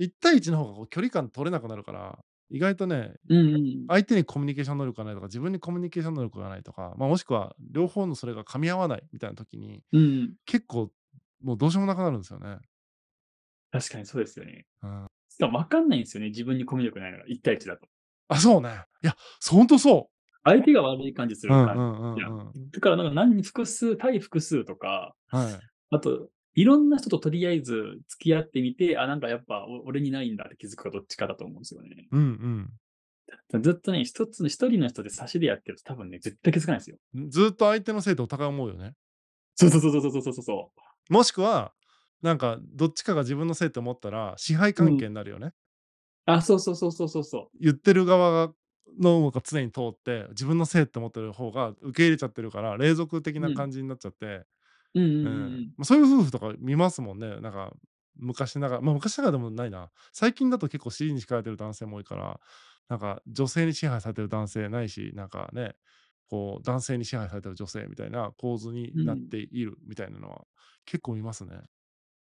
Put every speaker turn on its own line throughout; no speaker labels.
1対1の方がこう距離感取れなくなるから、意外とね、
うんうん。
相手にコミュニケーション能力がないとか、自分にコミュニケーション能力がないとか、ま、もしくは両方のそれが噛み合わないみたいな時に、
うん。
結構もうどうしようもなくなるんですよね。
確かにそうですよね。
うん。
しかも分かんないんですよね、自分にコミュ力ないのが1対1だと。
あ、そうね。いや、ほんとそう。
相手が悪い感じす
う
る
んう
感
ん
じ
う
やん。
んうん。
だからなんか何複数対複数とか、
はい。
あと、いろんな人ととりあえず付き合ってみて、あ、なんかやっぱお俺にないんだって気づくかどっちかだと思うんですよね。
うんうん。
ずっとね、一つの1人の人で差しでやってると多分ね、絶対気づかないんすよ。
ん、ずっと相手のせいとお互い思うよね。
そうそうそうそうそうそうそうそう。
もしくは、なんかどっちかが自分のせいと思ったら、支配
う
関
ん。
係になるよね。
あ、そうそうそうそうそうそう。
言ってる側がの方が常に通って、自分のせいって思ってる方が受け入れちゃってるから、隷属的
う。
なん感じになっちゃって、
うんうん
う。
うんうんん。
ま、そういう夫婦とか見ますもんね。なんか、昔ながらま、昔ながらでもないな。最近だと結構尻に敷かれてる男性も多いから、なんか女性に支配されてる男性ないし、なんかね、こう男性に支配されてる女性みたいな構図に
う
なっ
ん。
ているみたいなのは、結構見ますね。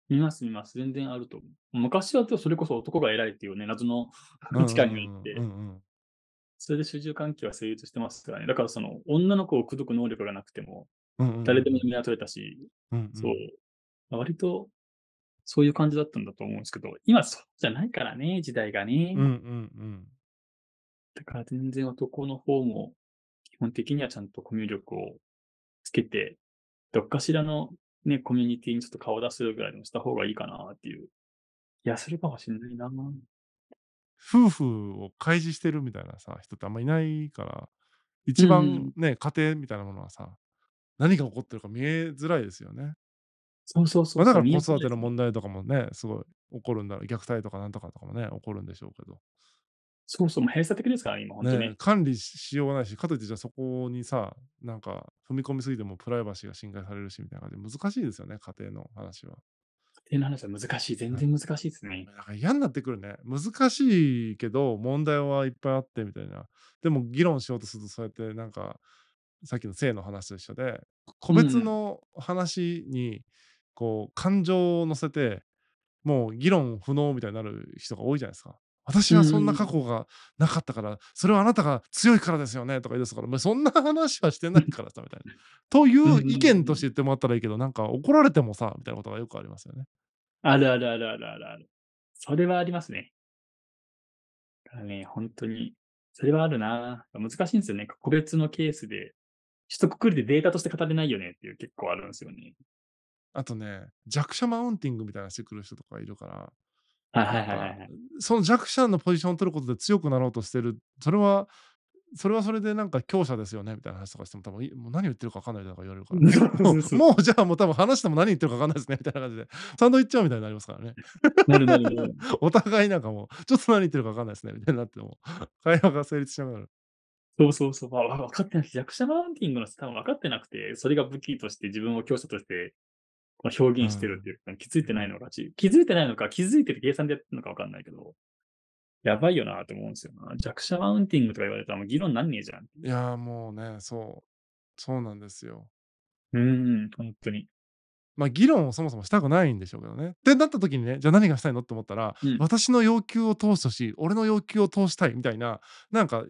見ます見ます。全然あると思う。昔だとそれこそ男が偉いっていうね、謎の
うんう
価値観
ん
があっ
うんうん。う
て。
んうん。
それで主従関係は成立してますからね。だからその女の子を口説く能力がなくても、
うんうん
誰でも
うん。
取れたし、
うんう
そう、
ん。
ま、割とそういう感じだったんだと思うんすけど、今そうじゃないからね、時代が
うんう
ね。
んうん。
だから全然男の方も、基本的にはちゃんとコミュ力をつけて、どっかしらのね、コミュニティにちょっと顔出すぐらいでもした方がいいかなっていう。いや、するかもしんないな。
夫婦を開示してるみたいなさ、人ってあんまいないから、
う
一
んう
番
ん。
ね、家庭みたいなものはさ、何が起こってるか見えづらいですよね。
そうそうそ
ま、
う
だ
そ
か
う、
ら
見
子
えづ
育
らい
て
で
の
すね。
問題とかもね、すごい起こるんだ虐待とかなんとかとかもね、起こるんでしょうけど。
そうそう、もう閉鎖的ですからね、今ほんと
ね、
に。
管理ししようがないし、かといってじゃあそこにさ、なんか踏み込みすぎてもプライバシーが侵害されるしみたいな感じで難しいですよね、家庭の話は。
家庭の話は難しい。全
はい。
然難しいですね。
なんか嫌んなってくるね。難しいけど、問題はいっぱいあってみたいな。でも議論しようとするとそうやってなんか、さっきの性の話と一緒で、個
う
別
ん。
の話にこう感情を乗せて、もう議論不能みたいになる人が多いじゃないですか。私
うん
は
う
そんなん
う
過
ん。
去がなかったから、それはあなたが強いからですよねとか言い出すから、もうそんな話はしてないからさみたいな。といううん
う
意
ん
見
う
として
ん。
言ってもらったらいいけど、なんか怒られてもさ、みたいなことがよくありますよね。
あるあるあるあるあるある。それはありますね。だからね、ほんとに、それはあるな。難しいんすよね。個別のケースで、一括りでデータとして語れないよねっていう結構あるんすよね。
あとね、弱者マウンティングみたいなしてくる人とかいるから、
はいは
なん
いはい
か、
はいはい。
その弱者のポジションを取ることで強くなろうとしてる、それはそれはそれでなんか強者ですよねみたいな話とかしても、多分いもう何言ってるか分かんないとか言われるからね。も
そう
う
そう。
もうじゃあもう多分話しても何言ってるか分かんないですねみたいな感じで、サンドイッチマンみたいになりますからね。
なるなるなる。
お互いなんかもう、ちょっと何言ってるか分かんないですねみたいになっても、会話が成立しなくなる。
そうそうそう、わわ分かってなくて、弱者マウンティングの人多分分かってなくて、それが武器として自分を強者として、ま、表
う
現してるっ
ん。
ていうか、気づいてないのかち気づいてないのか、気づいてて計算でやってるのか分かんないけど、やばいよなと思うんすよな。弱者マウンティングとか言われたらもう議論なんねえじゃんってい。
いうや、もうね、そう、そうなんですよ。
うーん、ほんとに。
ま、議論をそもそもしたくないんでしょうけどね。ってなった時にね、じゃあ何がしたいのって思ったら、
うん。
私の要求を通して欲しい、俺の要求を通したいみたいな、なんか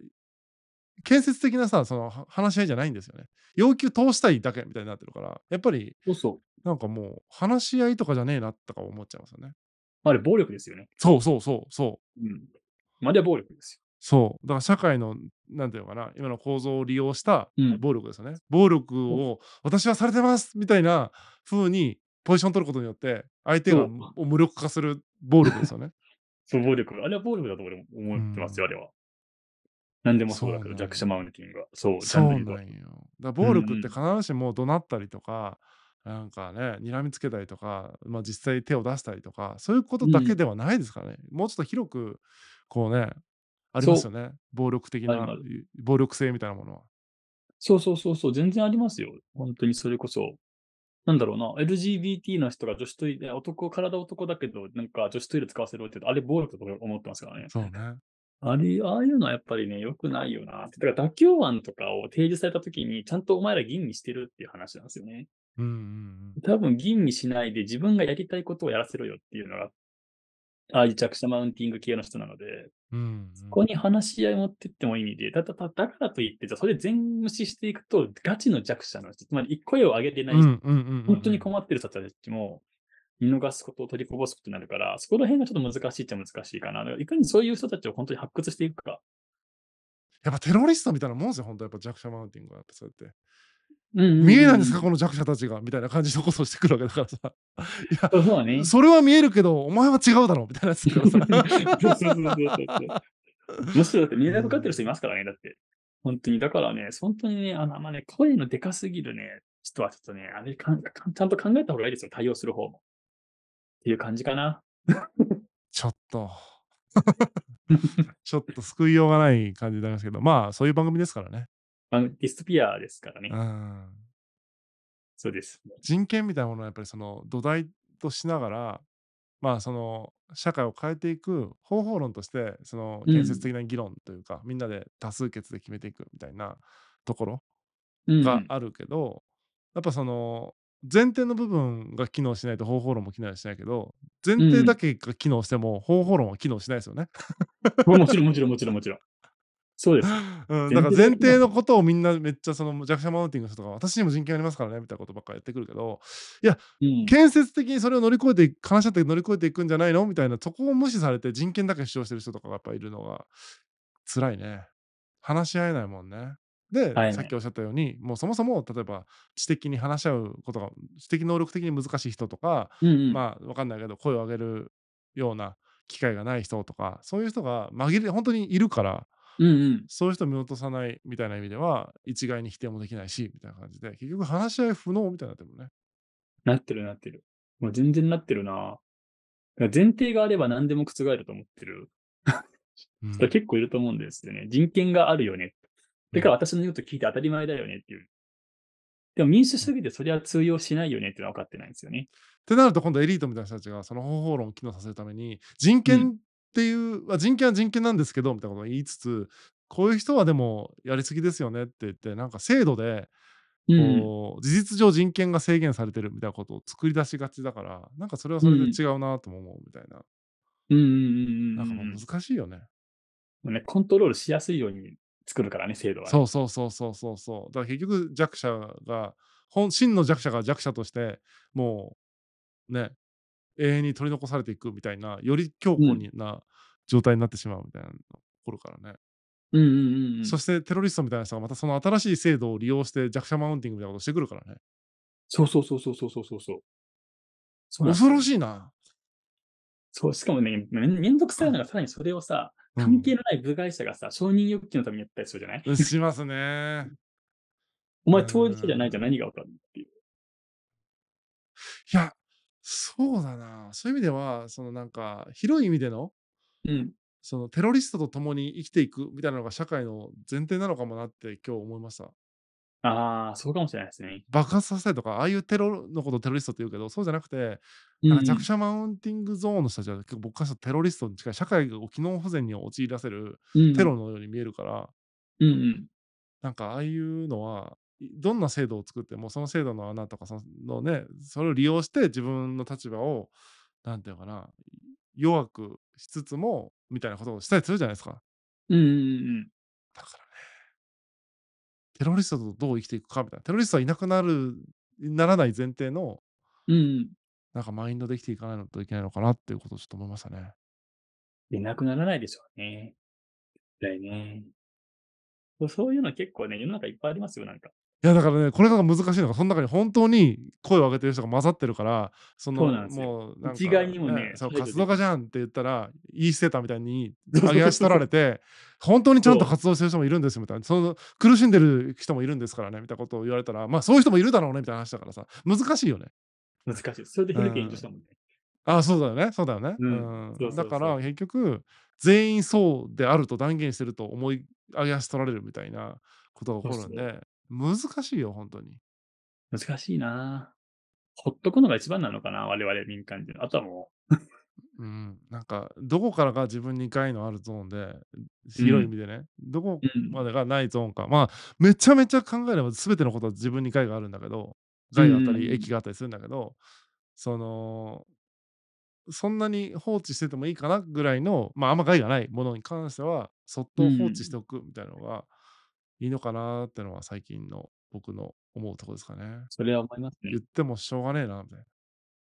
建設的なさ、その、は話し合いじゃないんですよね。要求通したいだけみたいになってるから、やっぱり、
そうそう。
なんかもう話し合いとかじゃねえなとか思っちゃいますよね。
あれ、暴力ですよね。
そうそうそうそう。
うん。ま、あれは暴力ですよ。
そう、だから社会の何て言うのかな、今の構造を利用した
うん。
暴力ですよね。暴力
そう。
を私はされてますみたいな風にポジション取ることによって、相手
そ
が
う。
むを無力化する暴力ですよね。
そう、暴力。あれは暴力だと俺も
う
思ってます
ん。
よ、あれは。なんでもそうだ
そう
け
な
ど、
ん
弱
よ。
者マウンティングは。 そう、ジャンル
そう
にとっ
なんよ。だ
う
暴
んう
力って必
ん。
ずしも怒鳴ったりとか、なんかね、睨みつけたりとか、ま、実際手を出したりとか、そういうこと
う
だけ
ん。
ではないですからね。もうちょっと広く、こうね、あります
そ
よ
う。
ね。暴力的
ある
な、
ある。
ゆ暴力性みたいなものは。
そうそうそうそう、全然ありますよ。ほんとにそれこそ。なんだろうな、LGBT の人が女子トイレ男体男だけど、なんか女子トイレ使わせろって、あれ暴力だと俺思ってますからね。
そうね。
あれ、ああいうのはやっぱりね、良くないよなって。だから妥協案とかを提示された時に、ちゃんとお前ら吟味してるっていう話なんすよね。
うんうんうん。
多分吟味しないで自分がやりたいことをやらせろよっていうのがああいう弱者マウンティング系の人なので、
うんうん
そこに話し合い持ってってもいい意味で、だだだだからといって、じゃあそれ全無視していくと、ガチの弱者の人、つまり一声を上げてない人、
うんうんうんうん
本当に困ってる人たちも、見逃すことを取りこぼすことになるから、そこら辺がちょっと難しいっちゃ難しいかな。だからいかにそういう人たちを本当に発掘していくか。
やっぱテロリストみたいなもんですよ、本当やっぱ弱者マウンティングはやっぱそうやって。見
見
えないんですか、この弱者たちがみたいな感じのことをしてくるわけだからさ。いや、
そうそうね。
それは見えるけど、お前は違うだろみたいなやつだからさ
そう そうそうそうむしろだってみんなかかってる人いますからね、だって。本当に、だからね、本当にね、あの、まあね、声のでかすぎるね、人はちょっとね、あれかんかん、ちゃんと考えた方がいいですよ、対応する方も。っていう感じかな。
ちょっと。 ちょっと救いようがない感じになりますけど、まあそういう番組ですからね。
あのディストピアですからね
う。ん、
そうです。
人権みたいなものはやっぱりその土台としながら、まあその社会を変えていく方法論として、その
うん
建設的な議論というか、みんなで多数決で決めていくみたいなところ
うん
があるけど、やっぱその前提の部分が機能しないと方法論も機能しないけど前提だけが機能しても方法論は機能しないですよね。
もちろん、もちろん、もちろん、もちろん。そうです。
うん、
前提
だから前提のことをみんなめっちゃその弱者マウンティングの人とか私にも人権ありますからねみたいなことばっかやってくるけど
うん
建設的にそれを乗り越えていく悲しなって乗り越えていくんじゃないのみたいなそこを無視されて人権だけ主張してる人とかがやっぱいるのが辛いね話し合えないもんねで、
はい
さっきおっしゃったようにもうそもそも例えば知的に話し合うことが知的能力的に難しい人とか、
うんうん
まあ分かんないけど声を上げるような機会がない人とかそういう人が紛れ本当にいるから
うんうん
そういう人を見落とさないみたいな意味では、一概に否定もできないし、みたいな感じで、結局話し合い不能みたいになってるもんね。
なってるなってる。もう全然なってるな。だから前提があれば何でも覆ると思ってる
うん
人結構いると思うんですよね。人権があるよね。だから私の言うと聞いて当たり前だよねっていう。でも民主主義でそれは通用しないよねっていうのは分かってないんですよね。
ってなると、今度エリートみたいな人たちが、その方法論を機能させるために、人権っていう、あ人権は人権なんですけど、みたいなことを言いつつ、こういう人はでもやりすぎですよねって言って、なんか制度で、
うん。
こう事実上人権が制限されてるみたいなことを作り出しがちだから、なんかそれはそれで違うなとも思うみたいな。
うんうんうんうんう。
なんかもうん難しいよね。
もうね、コントロールしやすいように作るからね、制度はね、
そうそうそうそうそうそう。だから結局弱者が本真の弱者が弱者としてもうね永遠に取り残されていくみたいなより強固にな状態になってしまうみたいなのが起こるからね、
うんうんうんうん。
そしてテロリストみたいな人がまたその新しい制度を利用して弱者マウンティングみたいなことをしてくるからね
そうそうそうそうそうそうそうそう。そうなんですよ
恐ろしいな
そう、しかもね、めめんどくさいのがさらにそれをさ、関係のない部外者がさ、承認欲求のためにやったりするじゃない
うんしますね
お前当事者じゃないじゃん何が分かるっていう。
いやそうだなそういう意味ではそのなんか広い意味での
うん。
そのテロリストと共に生きていくみたいなのが社会の前提なのかもなって今日思いました。
ああ、そうかもしれないですね。
爆発させたいとか、ああいうテロのことをテロリストって言うけど、そうじゃなくて、
う
なん
ん
か弱者マウンティングゾーンの人たちは結構僕からしたらテロリストに近い、社会を機能不全に陥らせる
うん
テロのように見えるから、
うんうん。
なんかああいうのは、いどんな制度を作っても、その制度の穴とかその、ね、それを利用して自分の立場を、なんていうのかな、弱くしつつも、みたいなことをしたりするじゃないですか。
うんうん
だからね、テロリストとどう生きていくかみたいな、テロリストはいなくなる、ならない前提の、
うん。うん。
なんかマインドで生きていかないのといけないのかなっていうことをちょっと思いましたね。
で、なくならないでしょうね。だよね。そうそういうの結構ね、世の中いっぱいありますよ、なんか。
いやだからね、これが難しいのが、その中に本当に声を上げてる人が混ざってるから、その
そうなんですよ
もうなんか
一概にもね
そう
排除できな
活動
い
家じゃんって言ったら、言い捨てたみたいに
そうそうそう
上げ足取られて、本当にちゃんと
そう
活動してる人もいるんですよみたいな、その苦しんでる人もいるんですからねみたいなことを言われたら、まあそういう人もいるだろうねみたいな話だからさ、難しいよね。
難しいです。それで広く炎上したもんね。
あそうだよね、そうだよね。
うん
うん
そうそうそ
だ
う
から結局、全員そうであると断言してると思い上げ足取られるみたいなことが起こるんで、難しいよ、本当に。
難しいなぁほっとくのが一番なのかな、我々民間人。あとはも
うん、なんか、どこからが自分に害のあるゾーンで、広い意味でね、どこ
う、うん
までがないゾーンか、まあ、めちゃめちゃ考えれば全てのことは自分に害があるんだけど、害があった
うん
り、益があったりするんだけど、その、そんなに放置しててもいいかなぐらいの、まあ、あんま害がないものに関しては、そっと放置しておくみたいなのがいいのかなってのは最近の僕の思うとこですかね。
それは思いますね
言っ。てもしょうがねえな、みたいな。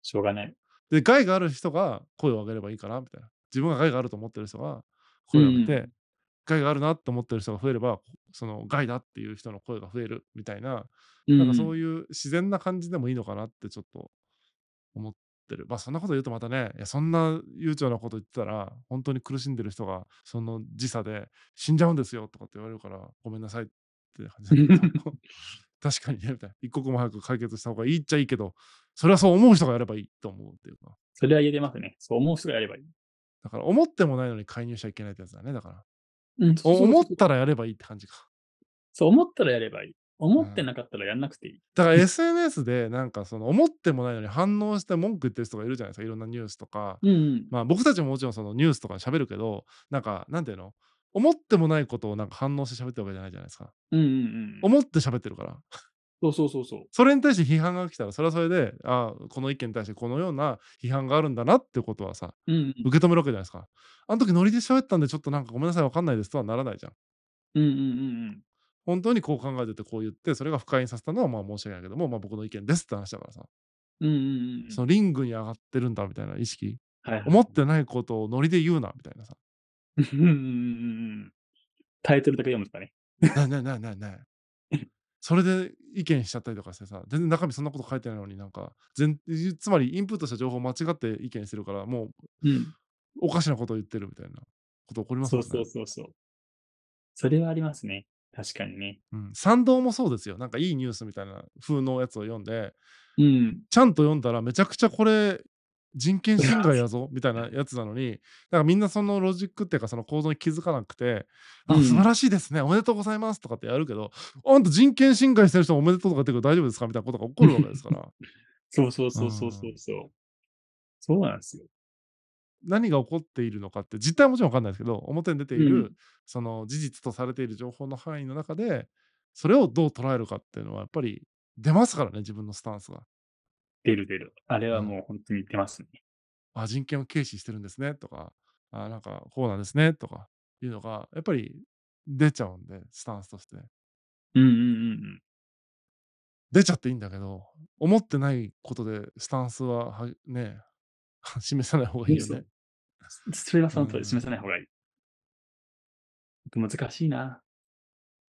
しょうがない。
で、害がある人が声を上げればいいかな、みたいな。自分が害があると思ってる人が声を上げて、
うん
害があるなと思ってる人が増えれば、その害だっていう人の声が増えるみたいな、
う
なんかそう
い
いう自然な感じでもいいのかなってちょっと思ってる。まあそんなこと言うとまたね、いやそんな悠長なこと言ってたら、本当に苦しんでる人がその時差で死んじゃうんですよとかって言われるから、ごめんなさいって感じなんだけ ど 確かにね、みたいな。一刻も早く解決した方がいいっちゃいいけど、それはそう思う人がやればいいと思うっていうか。
それは言えてますね。そう思う人がやればいい。
だから思ってもないのに介入しちゃいけないってやつだね。だから。
うん、
お
そう
思ったらやればいいって感じか。
そう思ったらやればいい。思ってなかったらやんなくていい。
だから SNS でなんかその思ってもないのに反応して文句言ってる人がいるじゃないですか。いろんなニュースとか。
うん、うん。
まあ僕たちももちろんそのニュースとかで喋るけど、なんかなんていうの思ってもないことをなんか反応して喋ってるわけじゃないじゃないですか。
うんうんうん。
思って喋ってるから。
そうそうそうそう。
それに対して批判が来たら、それはそれで、ああ、この意見に対してこのような批判があるんだなってことはさ、
うん
受け止めるわけじゃないですか。あの時ノリで喋ったんで、ちょっとなんかごめんなさい、わかんないですとはならないじゃん。
うんうんうん
本当にこう考えてて、こう言って、それが不快にさせたのはまあ申し訳ないけども、まあ僕の意見ですって話だからさ、
うん。うんうんうん。
そのリングに上がってるんだみたいな意識、
はいはい、
思ってないことをノリで言うなみたいなさ、
うんうんうんうんタイトルだけ読むとかね。
ないないないない ない。それで意見しちゃったりとかしてさ、全然中身そんなこと書いてないのになんか、全つまりインプットした情報を間違って意見してるから、もう
うん。
おかしなことを言ってるみたいなこと起こります
そ
よ
う
ね。
そうそうそう。それはありますね。確かにね。
うん賛同もそうですよ。なんかいいニュースみたいな風のやつを読んで、
うん。
ちゃんと読んだらめちゃくちゃこれ人権侵害や ぞみたいなやつなのに、だからみんなそのロジックっていうかその構造に気づかなくて、あ
うん
素晴らしいですね、おめでとうございますとかってやるけど、あんた人権侵害してる人おめでとうとかって言うけど大丈夫ですかみたいなことが起こるわけです から。
そうそうそうそうそうそう。そうなんですよ。
何が起こっているのかって実態はもちろん分かんないですけど表に出ている、
うん
その事実とされている情報の範囲の中でそれをどう捉えるかっていうのはやっぱり出ますからね自分のスタンスが。
出る出る。あれはもう本当に出ますね。
あ人権を軽視してるんですねとかあなんかこうなんですねとかいうのがやっぱり出ちゃうんでスタンスとして。
うんうんうん
出ちゃっていいんだけど思ってないことでスタンスははね 示さない方がいいよ
そ
ね
う。うん。それはその通り示さない方がいい。難しいな。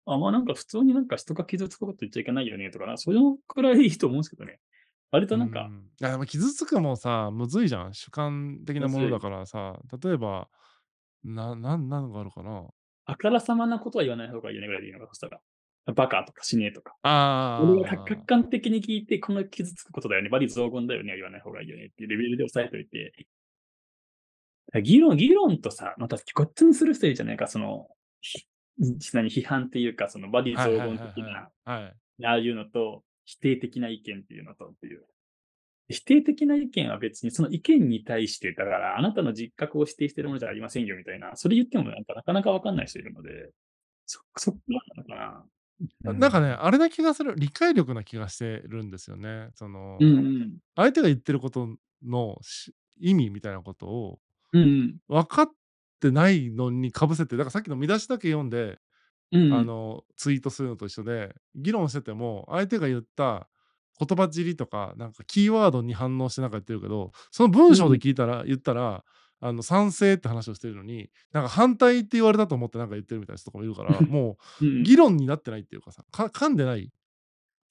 あ、まあなんか普通になんか人が傷つくこと言っちゃいけないよねとかな。それくらいいいと思うんですけどね。割となんか
う、んいやでも傷つくもさ、むずいじゃん。主観的なものだからさ、例えば、な、なん、なんがあるかな。
あからさまなことは言わない方がいいねぐらいでいいのか、そしたら。バカとか死ねえとか。
ああ。
俺が客観的に聞いて、この傷つくことだよね、バリ雑言だよね、は言わない方がいいよねっていうレベルで抑えといて。議論、議論とさ、またこっちにする人いるじゃないか、その、ひ何、批判っていうか、そのバリ雑
はいはい
言
はい
的な、
はい。はい。
ああいうのと、否定的な意見っていうのとっていう。否定的な意見は別に、その意見に対して、だから、あなたの実覚を否定してるものじゃありませんよ、みたいな。それ言っても、なんか、なかなかわかんない人いるので、そ、そこなのかな。う
なんかね、、あれな気がする、理解力な気がしてるんですよね。その、
うんうん。
相手が言ってることのし意味みたいなことを
うんうん。
分かってないのにかぶせて、だからさっきの見出しだけ読んで、
うんうん
あのツイートするのと一緒で議論してても相手が言った言葉尻とかなんかキーワードに反応してなんか言ってるけどその文章で聞いたら、言ったらあの賛成って話をしてるのになんか反対って言われたと思ってなんか言ってるみたいな人とかもいるからも
うん
う議論になってないっていうかさか噛んでない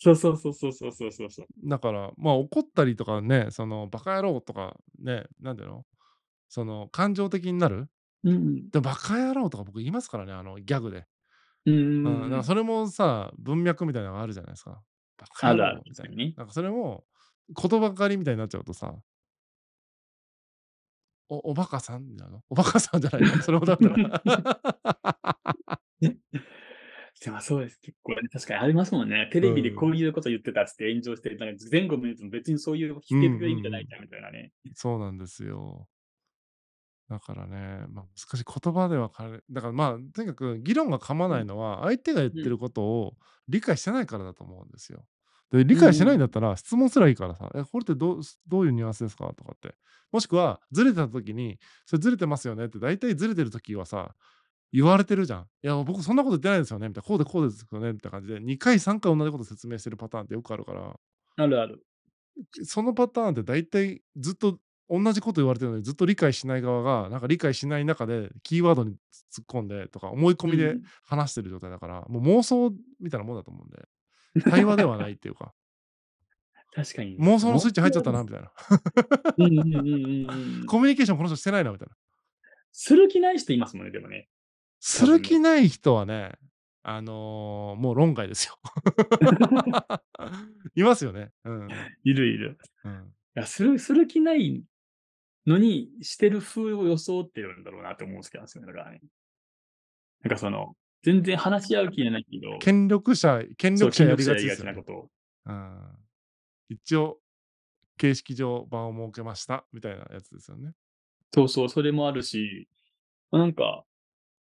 そうそうそうそうそうそうそうそう。
だからまあ怒ったりとかねそのバカ野郎とかねなんていうのその感情的になる
うん
でもバカ野郎とか僕言いますからねあのギャグで
うん。
う
うんん
だか
うんう
ら
ん。
それもさ文脈みたいなのがあるじゃないですか。バカ
あ
野
るあ
郎
る
みたいな。
ね。
なんかそれも言葉狩りみたいになっちゃうとさ、おおバカさんなのおバカさんじゃないのそれもだったら。
でもそうです。結構ね、確かにありますもんね。テレビでこういうこと言ってたっつって炎上してる、なんか前後のやつも別にそういう否定的な意味じゃないじゃんみたいなね。
そうなんですよ。だからね、まあ、難しい言葉ではかれ、だからまあ、とにかく議論が噛まないのは、相手が言ってることを理解してないからだと思うんですよ。で理解してないんだったら質問すらいいからさ、えこれってどうどういうニュアンスですかとかって。もしくは、ずれてた時に、それずれてますよねって、大体ずれてる時はさ、言われてるじゃん。いや、僕そんなこと言ってないですよねみたいな、こうでこうですよねみたいな感じで、2回、3回同じこと説明してるパターンってよくあるから、
あるある。
そのパターンって大体ずっと同じこと言われてるのにずっと理解しない側がなんか理解しない中でキーワードに突っ込んでとか思い込み
う
で
ん
話してる状態だから、もう妄想みたいなもんだと思うんで対話ではないっていう か
確かに、
妄想のスイッチ入っちゃったな。みたいな
うんうんうんうんうん。
コミュニケーションこの人してないなみたいな
する気ない人いますもんね、でもね。
する気ない人はねあのーもう論外 ですよいますよねうん、
いるいる。
うん、
いや、する、する気ないのに、してる風を装ってるんだろうなって思うんですけど、だからね。なんかその、全然話し合う気じゃないけど、
権力者権力者やりがち
そう権力者やり
で
が
す
ち
よ
な
ね
ことを。
うん一応、形式上、場を設けましたみたいなやつですよね。
そうそう、それもあるし、なんか、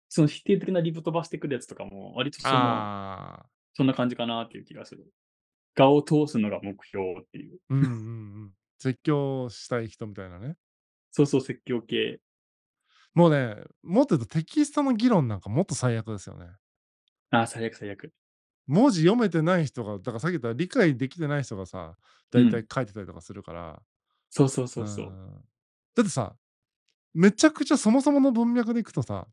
その否定的なリブ飛ばしてくるやつとかも、割とその、
ああ。
そんな感じかなっていう気がする。画を通すのが目標っていう。
うんうんうん。説教したい人みたいなね。
そうそう、説教系。
もうね、もっと言うとテキストの議論なんかもっと最悪ですよね。
ああ、最悪最悪。
文字読めてない人が、だからさっき言った理解できてない人がさ、だいたい書いてたりとかするから。
そうそうそうそうう。
んだってさ、めちゃくちゃそもそもの文脈でいくとさ、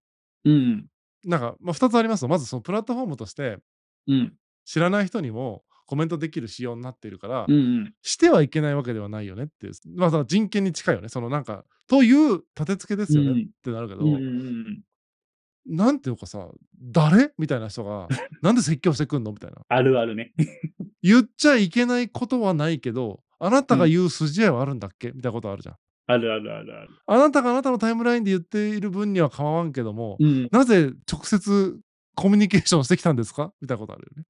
うん。
なんか、まあ、2つありますよ。まずそのプラットフォームとして、
うん。
知らない人にもコメントできる仕様になっているから、
うんうん。
してはいけないわけではないよねっていう、まあ、だから人権に近いよね、そのなんか、という立て付けですよ
うん
ねってなるけど、
うんうんうん。
なんていうかさ、誰みたいな人が、なんで説教してくんのみたいな。
あるあるね。
言っちゃいけないことはないけど、あなたが言う筋合いはあるんだっけみたいなことあるじゃん。
あるあるあるある。
あなたがあなたのタイムラインで言っている分には構わんけども、
うん。
なぜ直接コミュニケーションしてきたんですかみたいなことあるよね。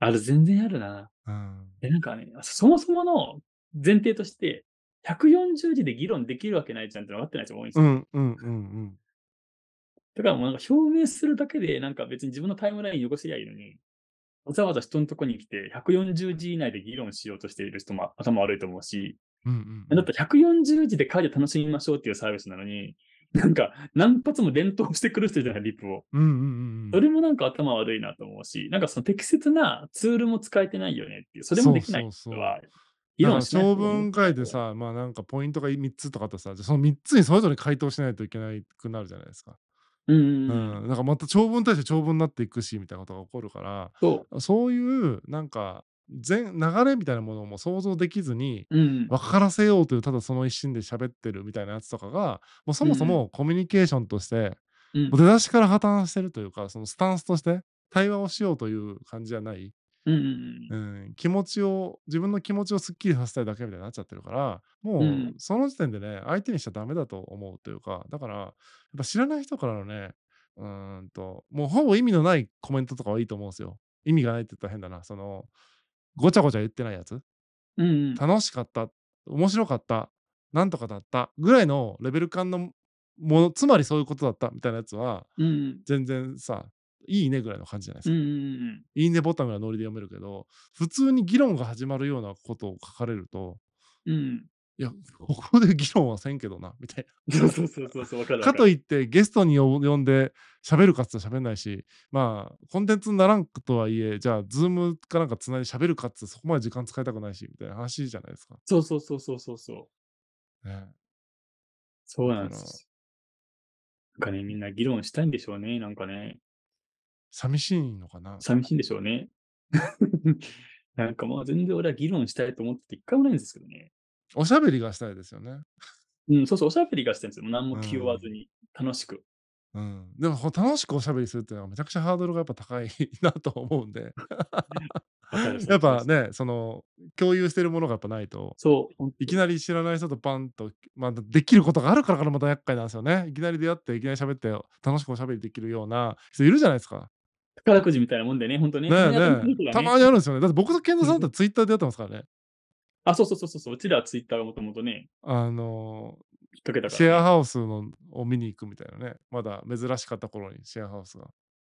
ある、全然あるな。
うん
え、なんかね、そもそもの前提として、140字で議論できるわけないじゃんってのが分かってない人が多いんです
う
よ。
んうんうんうん。
だからもうなんか表明するだけで、なんか別に自分のタイムラインよこせりゃいいのに、わざわざ人のとこに来て、140字以内で議論しようとしている人も頭悪いと思うし、
うんうんうん
だったら140字で会議を楽しみましょうっていうサービスなのに、なんか何発も連投してくる人じゃない、リプを。
うんうんうん
それもなんか頭悪いなと思うし、なんかその適切なツールも使えてないよねっていう、それもできない人は、議
だか
論
ら
しないと
長
思う
文書いてさ、まあなんかポイントが3つとかあってさ、じゃあその3つにそれぞれ回答しないといけなくなるじゃないですか。
うん
う
うんうん
ん。なんかまた長文に対して長文になっていくし、みたいなことが起こるから、
そ
そういうなんか全流れみたいなものも想像できずに、
う。うん。
分からせようというただその一心で喋ってるみたいなやつとかがもうそもそもコミュニケーションとして
うん
もう出だしから破綻してるというかそのスタンスとして対話をしようという感じじゃない
うんうん
うん、気持ちを自分の気持ちをすっきりさせたいだけみたいになっちゃってるからも
う
うんその時点でね相手にしちゃダメだと思うというかだからやっぱ知らない人からのねうーんともうほぼ意味のないコメントとかはいいと思うんですよ意味がないって言ったら変だなそのごちゃごちゃ言ってないやつ
うんうん
楽しかった面白かったなんとかだったぐらいのレベル感のものつまりそういうことだったみたいなやつは
うんうん
全然さいいねぐらいの感じじゃないですか
うんうん
いいねボタンぐらいのノリで読めるけど、普通に議論が始まるようなことを書かれると、
うんうん
いや、ここで議論はせんけどな、みたい
そうそうそうそうそう、わかる
な。か
わる
といって、ゲストに呼呼んで喋るかっつったら喋んないし、まあ、コンテンツにならんとはいえ、じゃあ、ズームかなんかつないで喋るかっつったらそこまで時間使いたくないし、みたいな話じゃないですか。
そうそうそうそうそうそう。
ね、
そうなんです。なんかね、みんな議論したいんでしょうね。なんかね、
寂しいのかな。
寂しいんでしょうね。 なんかもう全然俺は議論したいと思ってて一回もないんですけどね。
おしゃべりがしたいですよね。
うん、そうそう、おしゃべりがしたいんですよ。もう何も気負わずに、楽しく。
うん、でもこう楽しくおしゃべりするっていうのはめちゃくちゃハードルがやっぱ高いなと思うん で
わかる
やっぱ。ねその共有してるものがやっぱないと
そうそう、
いきなり知らない人とバンと、まあ、できることがあるからからまた厄介なんですよね。いきなり出会って、いきなり喋って、楽しくおしゃべりできるような人いるじゃないですか。
宝くじみたいなもんでね、本当ね。
ねえ
みんな楽し
ね
いことが
え
ね
たまにあるんですよね。だって僕と健三さんってツイッターでやってますからね。
あ、そうそうそうそうそう。うちらはツイッターがもともとね、
あの
引っ掛けた
ー
から。
シェアハウスのを見に行くみたいなね。まだ珍しかった頃にシェアハウスが。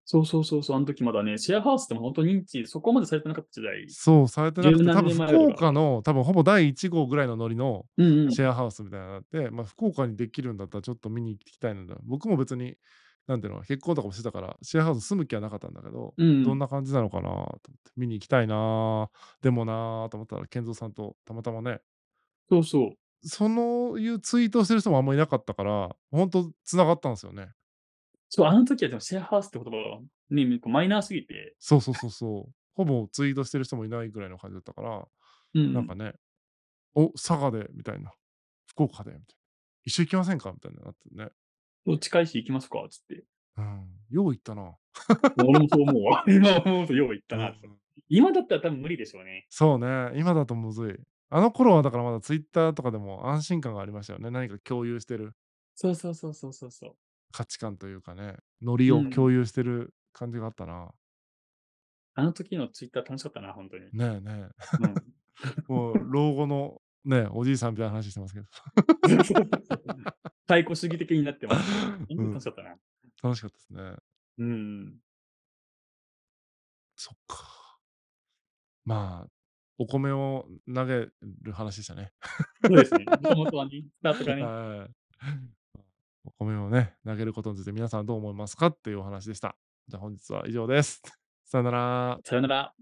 そうそうそうそう、あの時まだね、シェアハウスっても本当認知、そこまでされてなかった時代。
そう、されてなく
十
て、多
何
分
年前
福岡の、多分ほぼ第1号ぐらいのノリの
うんうん。
シェアハウスみたいなのがあって、まあ、福岡にできるんだったらちょっと見に行きたいので、僕も別に、なんていうの、結婚とかもしてたから、シェアハウス住む気はなかったんだけど、
うん、
どんな感じなのかなと思って、見に行きたいなでもなと思ったら、健三さんとたまたまね、
そうそう。
そのいうツイートをしてる人もあんまいなかったから、本当つながったんですよね。
そう、あの時はでもシェアハウスって言葉が、ね、こうマイナーすぎて、
そうそうそうそう。 ほぼツイートしてる人もいないぐらいの感じだったから、
うんうん、
なんかね、お、佐賀で、みたいな。福岡で、みたいな。一緒行きませんかみたいになってね。
お近いし行きますかつって。
うん。よう行ったな。
俺もそう思うわ。 今思うとよう言ったな。
うん
今だったら多分無理でしょうね。
そうね。今だとむずい。あの頃はだからまだツイッターとかでも安心感がありましたよね。何か共有してる
そうそうそうそうそうそう。
価値観というかね、ノリを
うん
共有してる感じがあったな。
あの時のツイッター楽しかったな、本当に。
ねえね
うん
え。もう老後のね、おじいさんみたいな話してますけど。
太鼓主義的になってます。本当に楽しかったな。
楽しかったですね。
うん。
そっか。まあ、お米を投げる話でしたね。
そうですね。もともとはね、スタートがね。
はい お米をね、投げることについて皆さんどう思いますかっていうお話でした。じゃあ本日は以上です。さよなら。
さよなら。